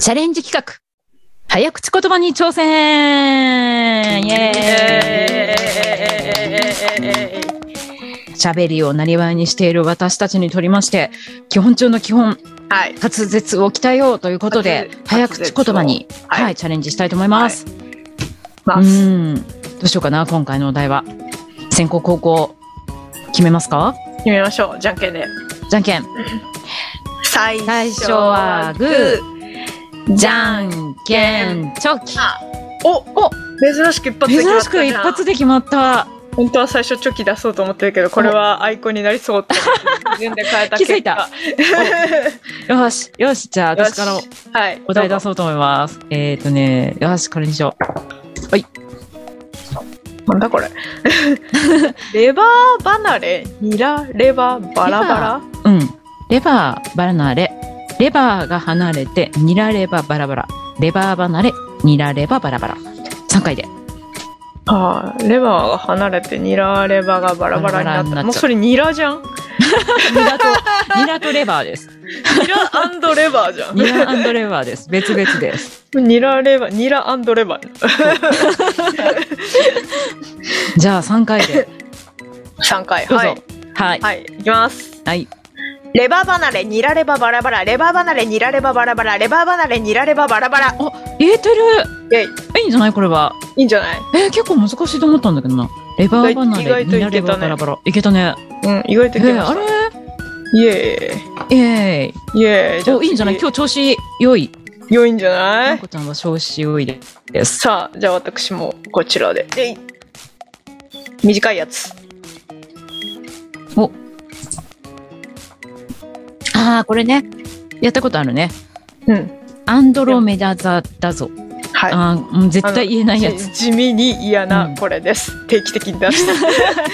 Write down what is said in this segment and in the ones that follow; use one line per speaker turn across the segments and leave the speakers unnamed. チャレンジ企画。早口言葉に挑戦イエーイ喋りをなりわいにしている私たちにとりまして、基本中の基本、
はい。
滑舌を鍛えようということで、早
滑
口言葉に、
滑舌を
は、
はい
チャレンジしたいと思います。
ま
う
す。
ん。どうしようかな、今回のお題は。先行後攻、決めますか
決めましょう。じゃんけんで。
じゃんけん。
最
最初はグー。じゃんけん、チョキ。
お
お
珍しく一発で決ま
珍
った
しく一発で
で。
決まった。
本当は最初チョキ出そうと思ってるけど、これはアイコンになりそうって。自分で変えた
気
結果。
づいた よし、よし、じゃあ
よし
私から
はい。
お題出そうと思います。えっ、ー、とね、よし、これにしよ
どうぞなんだ これ。レバー離れ、ニラ、レバー、バラバラ。
う。うん。レバー、バナレ。レバーが離れて、ニラレババラバラ。レバー離れ、ニラレババラバラ。3回で。
ああ、レバーが離れて、ニラ、レバーがバラバラにな
バラバラ
っ
になっちゃ
た。
う
もうそれニラじゃん。
ニラ と、ニラとレバーです。
ニラレバーじゃん
ニ。ラレバーです。別々です。
ニラレバー、ニラレバー。
じゃあ3回で。
3回。
どうぞ。
は
はい
い。。
はい。
はい、いきます。
はい、
レバー離れ、ニラレババラバラ、レバー離れ、ニラレババラバラ、レバー離れ、ニラレババラバラ。
言えてる。
イェイ
いいんじゃないこれは。
いいんじゃない
えー、結構難しいと思ったんだけどな。レバー離
意外
れ、
と
ニラ
いけたね
レババラバラ。いけたね。
うん、意外と
え
いけま
ー、
し
あ
た。
れ
イエ
イエーイ。
ーイ。イエーイ。
おいいんじゃない今
日。
日調子良い。
良いんじゃな
ま
い
こちゃんは調子良いです。
さあ、じゃあ私もこちらで。でい短いやつ。
ああ、これね。やったことあるね。
うん。
アンドロメダ座だぞ。
はい。
あーうん絶対言えないやつ。
地地味に嫌
うん
なこれです、定期的に出 した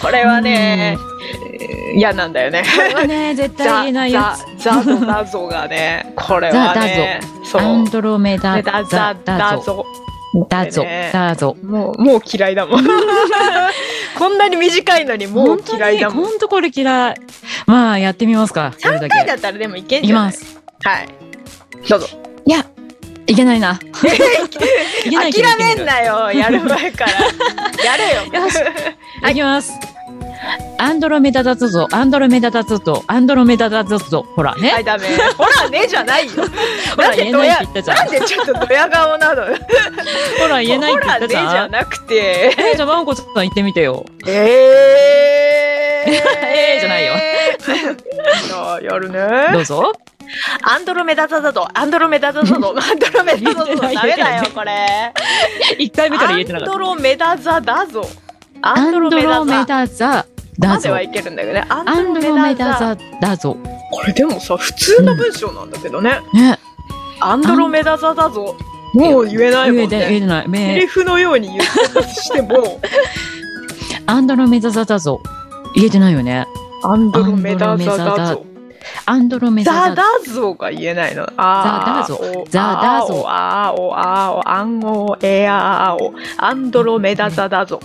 これはねえー嫌なんだよね
これは ね、絶対言えないやつ。
ザ・ザ・ザド・ダゾ がねこれはねそう
アンドロメダ
でダ
座
ザ・
だ
ダ
ぞ。
ゾ
だぞ
ね。
だぞ。
もうもう嫌いだ もんこんなに短いのにもう
本当
嫌い
に、
だもん
本当これ嫌い。まあ、やってみますか。それだ
3回
け。
だったらでもいけん
い
じ
き
ゃない
ます。
はいどうぞ
いや、いけない な。いけないけど
諦めんなよやる前から やれよ
よしいきます。アンドロメダだぞ。アンドロメダだぞ。アンドロメダだぞ。ほらね
は。い、ダメ。ほらねじ ゃないよ。
ほら
なんで
言えないって言ったじゃん
なんでちょっとドヤ顔なの。
ほら言えないって言ったじ
ほらねじ
ゃ
ゃ
ん。
なくて。
えー、じゃあ、まこさん言ってみてよ。
ええ
えーじゃないよ
よ。 やる
どう
ね。
ぞ。
アンドロメダザザド、アンドロメダザ ザド、アンドロメダザザド、ダメだよ、これ。
一回目から言えてな
アン
かった。
ドロメダザだぞ。
ア
ア
ン
ンドロ
ド
メ
ロ
ダ
メ
ザ。
ダザだ
まで
ぞ
は。いけるんだけどね。
ア
ア
ンドロメダ。ザだぞ。
これでもさ、普通の文章なんだけどね。
ね。
アンドロメダザだぞ。もう言えない
言
も
え
ん
て言え
ね。
てない。
セ
め
リフのように言ったとし ても。
アンドロメダザだぞ。言えてないよね。
アンドロメダザダゾ。
アンドロメ
ザ
ダ
ダ
ザ
ゾが言えないの。あ
ザダゾ
ーお
ザダゾ
あーおあーおあーおアンオエアーおアンドロメダザダゾ。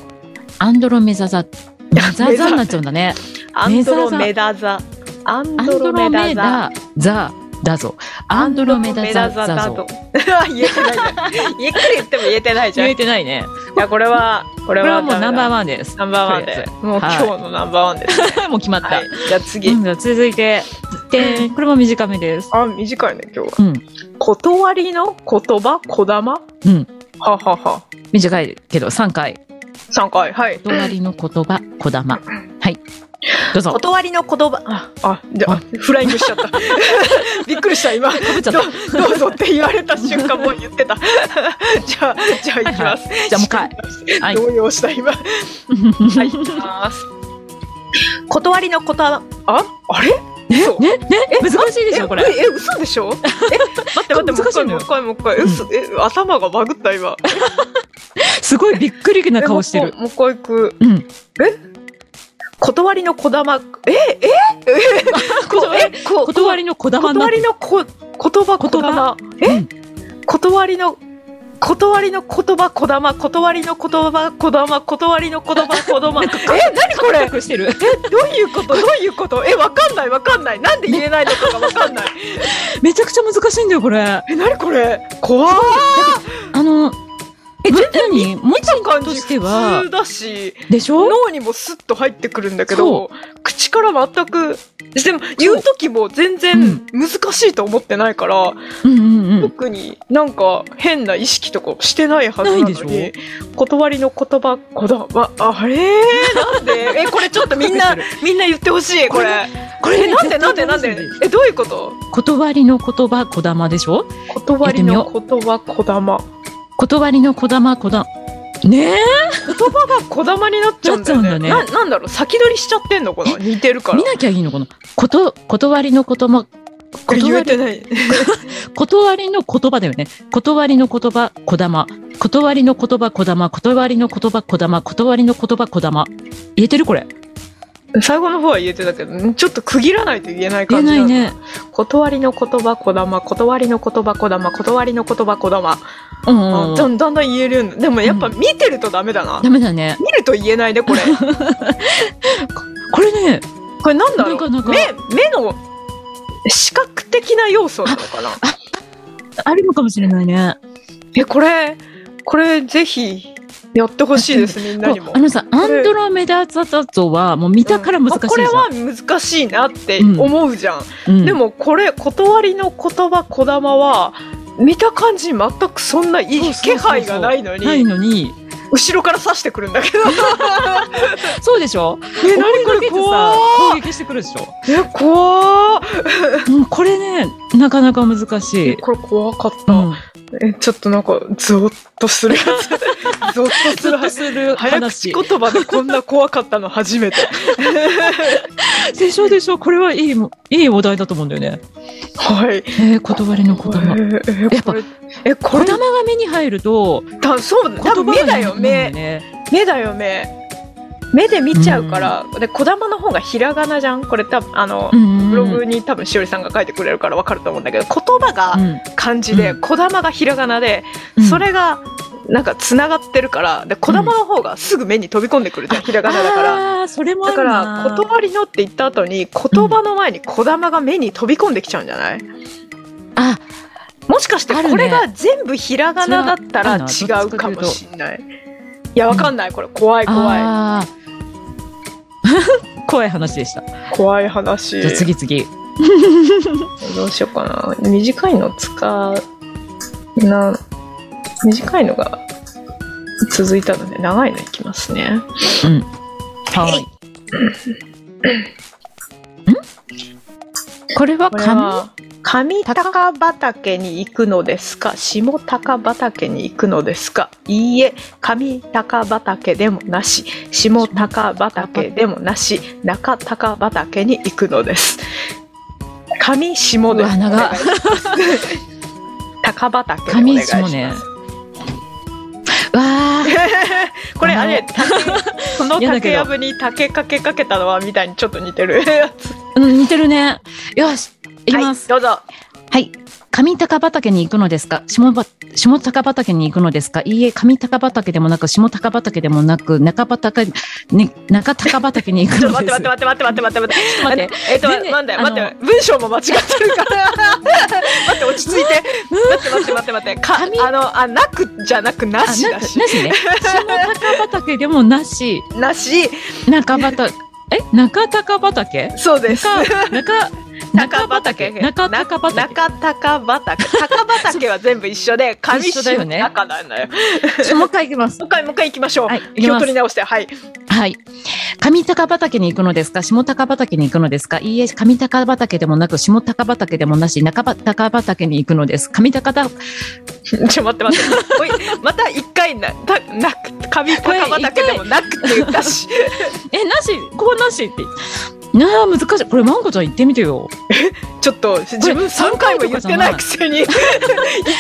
アンドロメダザザザザになっちゃうんだね。
アンドロメダザ。アン
アン
ド
ド
ロ
ロ
メ
メ
ダザ。
ダザだぞ。アンドロメダザ
ア
だ
ンド
ぞ
ロ。メダザダゾ。言えてないじゃん。ゆっくり言っても言えてないじゃ
言
ん。
え
い
てないね。
やこれはこれ
これは
は
もうナンバー
ン。
ワンです。
ナンバーワン
とりあ
で
え。
もう今日のナンバーワンです。
ずもう決まっ
は
た
い。。じゃあ次
う。ん、じゃあ続いて、で、これも短めです。
あ短いね今日
う
は。
ん、
断りの言葉こだま。
うん。
ははは。
短いけど3回。
三回はい。
隣の言葉、こだま。はい。どうぞ。
断りの言葉ああであフライングしちゃった びっくりした今
ぶっちゃっ
ど
た
うどうぞって言われた瞬間もう言ってた じゃあじゃあ行きます、
じゃあもう一回。はい
動揺し た今はい行きます断りの言葉ああれ嘘
ね、ね、難しいでしょ、
え
これ。
ええ嘘で しょえ待って待ってもう
難
一
しい
回
の
も
よ
う一回もう一回
うん
嘘え頭がバグった今
すごいびっくりな顔して
え
る。
もう一回もう一回行く
うん。
断りのこだまええ
断り
えこ
断りのこだまになっ
断
て
り
る。
のこ言葉
言葉
言葉え、断りの断りの言葉、こだま、断りの言葉、こだま、断りの言葉、こだま。え、何これ
こしてる。
どういうことどういうことえ、わかんないわかんない。なんで言えないのかがわかんない。
めちゃくちゃ難しいんだよ、これ。
え、何これ怖い。
あの、え、全然に文
見た感
字と
じ
して
普
は
通、だし、
でしょ
脳にもスッと入ってくるんだけど、口から全く、でも言う時も全然難しいと思ってないから、
うんうんうん。
特になんか変な意識とかしてないはずなの
ないで
に断りの言葉こだわあれーなんで えこれちょっとみんなみんな言ってほしいこれ
こ
えなんでなんでなんでえどういうこと
断りの言葉、こだまでしょ
断りの言葉こだま
断りのこだま、こだ、ねえ
こだまになっちゃうんだよね
なっちゃう
ななんだろう先取りしちゃってんのかな似てるから
見なきゃいいのかなこと、断りの言葉、
これ言
断
え
り
てない
断りの言葉だよね。断りの言葉、こだま。断りの言葉、こだま。断りの言葉、こだま。断りの言葉、こだま。言えてるこれ。
最後の方は言えてたけどんちょっと区切らないと言えない
言え
感じ
ない
んだ
ね。
断りの言葉こだま断りの言葉こだま断りの言葉こだま
うん
あ
うん
だ
うん。
んだんだん言えるようになでもやっぱ見てるとダメだな、
ダメだね。
見ると言えないねこれ
これね、
これ なんだろ
な
うん
かなんか
目目の視覚的な要素なのかな
あるのかもしれないね。
えこれこれぜひやってほしいですみんなにも
あのさ、アンドロメダ座だとは、もう見たから難しいじゃん。
これは難しいなって思うじゃん、
うん
でもこれ断りの言葉こだまは見た感じ全くそんないい
そうそうそうそう
気配がないのに
ないのに、
後ろから刺してくるんだけど
そうでしょ
え何これ怖
攻
ー
撃してくるでしょ
え怖ー
うんこれね、なかなか難しい
え。これ怖かった、
うん。
えちょっとなんかゾッとするや つゾッとす
ず
る
っとする
早口
話。
言葉でこんな怖かったの初めて
でしょでしょこれはいいも、いいお題だと思うんだよね。
はい
えー、断りの言
え
葉。
ーえ
やっぱ
これえこ
こ
れ
だまが目に入ると、
だそう
言
多
葉
分
が
目だよ目
ね。
目だよ目目で見ちゃうから、でこだまの方がひらがなじゃんこれ多分あの、
うん。
ブログに多分しおりさんが書いてくれるからわかると思うんだけど言葉が漢字で、
う
こだまがひらがなで、
うん
それがなんかつながってるからでこだまの方がすぐ目に飛び込んでくるじゃん、ひらがなだから
ら。あーそれもあ
だ
る
か
な
ら断りのって言った後に言葉の前にこだまが目に飛び込んできちゃうんじゃない、
あ、
もしかして
あるね
これが全部ひらがなだったら
そ
違
れはある
う
な
かもしんないいやわかんないこれ怖い怖い
あー 怖い話でした。じ
怖い話
ゃあ次次。
どうしようかな短いの使うな短いのが続いたので長いのいきますね
はい。んこれは
これは
紙
上高畑に行くのですか下高畑に行くのですかいいえ上高畑でもなし下高畑でもなし中高畑に行くのです上下で
うわ長っ
お願いします 高畑でお願い
紙
し
下
ます、
ね。わー。
これあ
あ
れ
の
竹その
嫌だけど
竹やぶに竹かけかけたのはみたいにちょっと似てるやつ
うん、似てるね。よし、いきます。
はい、どうぞ
はい。上高畑に行くのですか下ば下高畑に行くのですかいいえ、上高畑でもなく、下高畑でもなく、中畑、ね、中高畑に行
ち
く
ょっ
の
と
です。
待って待って待って待って待って待っ
ちょっ
て
と待って。
えっと、
全然
なんだよ、
あの
待って、文章も間違ってるから。 待って、落ち着いて。待って、待って、待って、待って、か、
紙
あの、あ、なくじゃなく、なし
あ、な
だ
なし
し。
ね。下高畑でもなし、
なし、
中畑、え中高畑
そうです。
中、中、中
高
畑
畑。
中高畑。
中高畑。高畑は全部一緒 で、上
一緒だよね
中なんだよ。
ち
も
ょっともう一回行きます。
う一回、もう一回行きましょう。
はい行きます
気を取り直して、はい。
はい。上高畑に行くのですか下高畑に行くのですかいいえ、上高畑でもなく、下高畑でもなし、中高畑に行くのです。上高畑、
ちょっと待って待 って。おい、また一回な、た、なく、上高畑でもなくって言ったし。
え、なし、ここなしって。なあ、難しい。これ、まんこちゃん言ってみて よ。
ちょっと自分3回も言ってないくせに一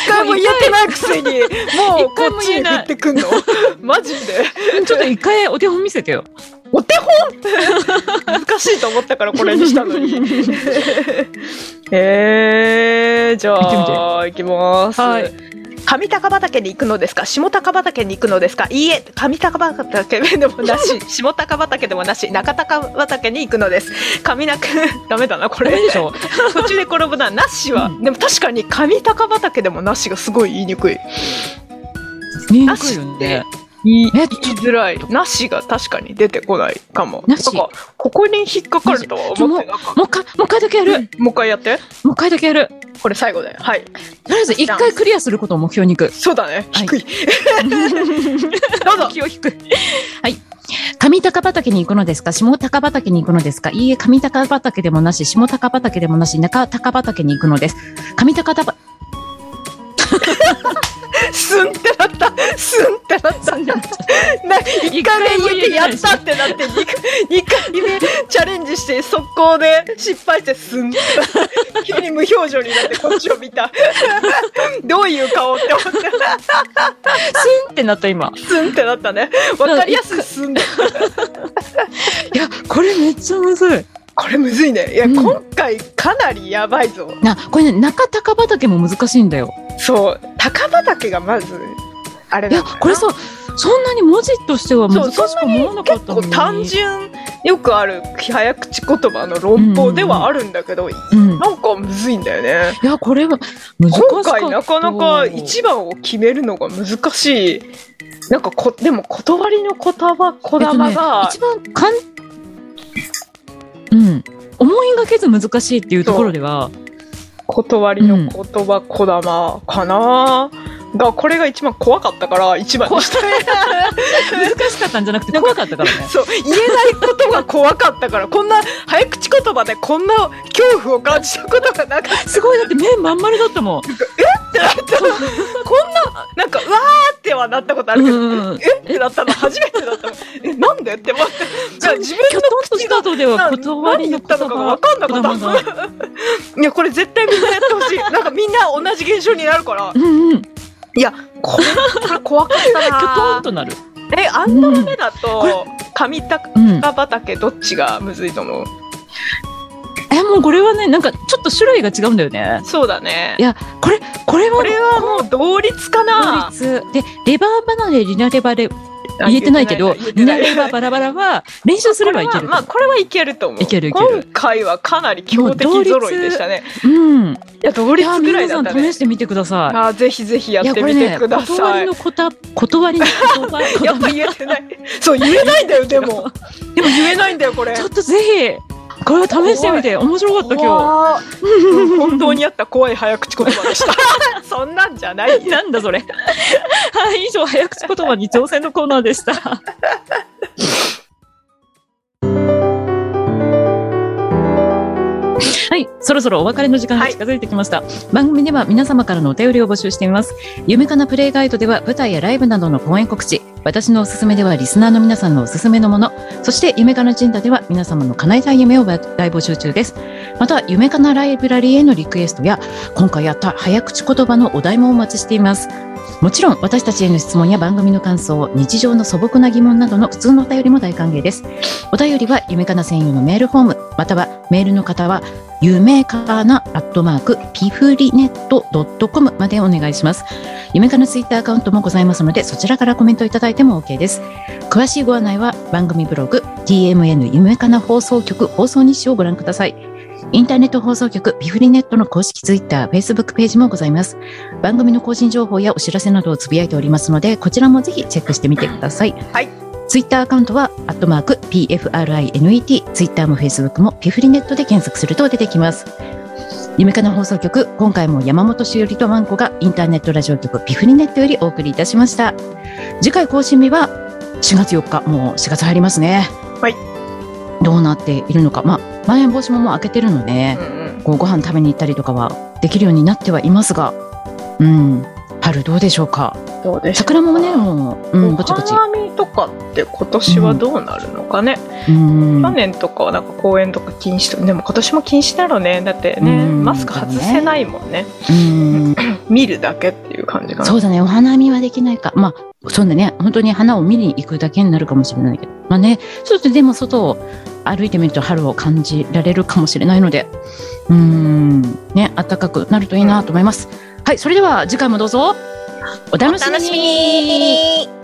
回も言ってないくせにもう
一
こ
回も
っち
言え
に
ない
振ってくんの マジで
ちょっと一回お手本見せてよ。
お手本難しいと思ったからこれにしたのに えー、じゃあ行きます、
はい
上高畑に行くのですか下高畑に行くのですかいいえ上高畑でもな し下高畑でもなし中高畑に行くのです上中 ダメだなこれ
ダメでしょ
途中で転ぶななしは、
うん
でも確かに上高畑でもなしがすごい言いにくい
見え
な
にくい
し
よ
っ
ね
て。言い
え
言いづらいなしが確かに出てこないかも
なし
んかここに引っかかるとは思ってなかっ
もう一回、もう一回だけやる。
たもう一回やって
もう一回だけやる。
これ最後だよはい
とりあえず一回クリアすることを目標に行く。
そうだね
はい
低い、 どうぞ
気を引く。はい。上高畑に行くのですか下高畑に行くのですかいいえ、上高畑でもなし、下高畑でもなし、中高畑に行くのです。上高畑、
スンってなったスンってなったな1回目言ってやったってなって2回目チャレンジして速攻で失敗してスンって急に無表情になってこっちを見た どういう顔って思って
スンってなった今。
スンってなったねわかりやすいスンだ
いや、これめっちゃむずい。
これむずいねいや、
うん
今回かなりやばいぞ
な、これね、中高畑も難しいんだよ。
そう高畑がまずあれ
い
な
や、
んだよな
これさ、そんなに文字としては
そ
難
う
しく思わなかっ
結
たの
構
に。
単純よくある早口言葉の論法ではあるんだけど、
うん。
なんかむずいんだよね。
いや、これは難しか
今
った。
回なかなか一番を決めるのが難しい。なんかこでも断りの言葉こだまが、
えっとね、一番かん、うん、思いがけず難しいっていうところでは、
断りの言葉こだまかな、がこれが一番怖かったから一番にした
難しかったんじゃなく て怖かったからね。
そう言えないことが怖かったからこんな早口言葉でこんな恐怖を感じたことがなかった
すごい、だって目まん丸だったもん。
って なったこんななんかうわーってはなったことあるけど、
うん。
えってなったの初めてだったのえなんでって思ってじゃあ自分
きょとんとした後では
な
断り
何言
の
った
言
のか
葉
分かんなか
言葉
ったいやこれ絶対みんなやってほしいなんかみんな同じ現象になるから
うんうん。き
いやこれこれ怖かった
ょと
なん
となる。
えアンドラメだと上高
うん。
畑どっちがむずいと思う
え、もうこれはね、なんかちょっと種類が違うんだよね。
そうだね
いや、これ、これは
これはもう同率か
同
な
率でレバー離れリナレバレ言えてないけど
言えて
リ
な
ナ
い
レバーバラバラは練習すればいける
これはまあこれはいけると思う
いけるいける
今回はかなり強敵揃いでしたね
うん
いや同
い
率
や
ぐらい
皆さ
だっ
ん
たね
試してみてください
あーぜひぜひや
い
っ
や
て
これ
みて
ね
くだ
断
さ
り
い
のこた 断りの言葉
やっぱ言えてないそう言えないんだよで もでも言えないんだよこれ
ちょっとぜひこれは試してみて面白かった今
怖ーうん
日
本当にあった怖い早口言葉 でしたそんなんじゃないよ
なんだそれはい以上早口言葉に挑戦のコーナーでした はい、そろそろお別れの時間が近づいてきました、番組では皆様からのお便りを募集しています夢かなプレイガイドでは舞台やライブなどの公演告知私のおすすめではリスナーの皆さんのおすすめのものそして夢かな神社では皆様の叶えたい夢を大募集中ですまた夢かなライブラリーへのリクエストや今回やった早口言葉のお題もお待ちしていますもちろん私たちへの質問や番組の感想日常の素朴な疑問などの普通のお便りも大歓迎ですお便りは夢かな専用のメールフォームまたはメールの方は夢かなアットマークピフリネットドットコムまでお願いします夢かなツイッターアカウントもございますのでそちらからコメントいただいても OK です詳しいご案内は番組ブログ TMN 夢かな放送局放送日誌をご覧くださいインターネット放送局ピフリネットの公式ツイッター、フェイスブックページもございます。番組の更新情報やお知らせなどをつぶやいておりますので、こちらもぜひチェックしてみてください。
はい。
ツイッターアカウントは、アットマーク、PFRINET、ツイッターもフェイスブックもピフリネットで検索すると出てきます。夢かな放送局、今回も山本しおりとワンコがインターネットラジオ局ピフリネットよりお送りいたしました。次回更新日は4月4日、もう4月入りますね。
はい。
どうなっているのか。まあ、まん延防止ももう明けてるので、
うんうん
こうご飯食べに行ったりとかはできるようになってはいますが、うん、春どうでしょうか。
どうでしょうか
桜もね、もう、うん、ぼちぼち
お。花見とかって今年はどうなるのかね、
うん、
去年とかはなんか公園とか禁止とかでも今年も禁止だろうねだってね、
うん
マスク外せないもんね
うん、
見るだけっていう感じかな
そうだね、お花見はできないか。まあ、そうだね、本当に花を見に行くだけになるかもしれないけど、まあね、ちょっとでも外を歩いてみると春を感じられるかもしれないので、うん、ね、暖かくなるといいなと思います。はい、それでは次回もどうぞ。
お楽しみに
楽しみに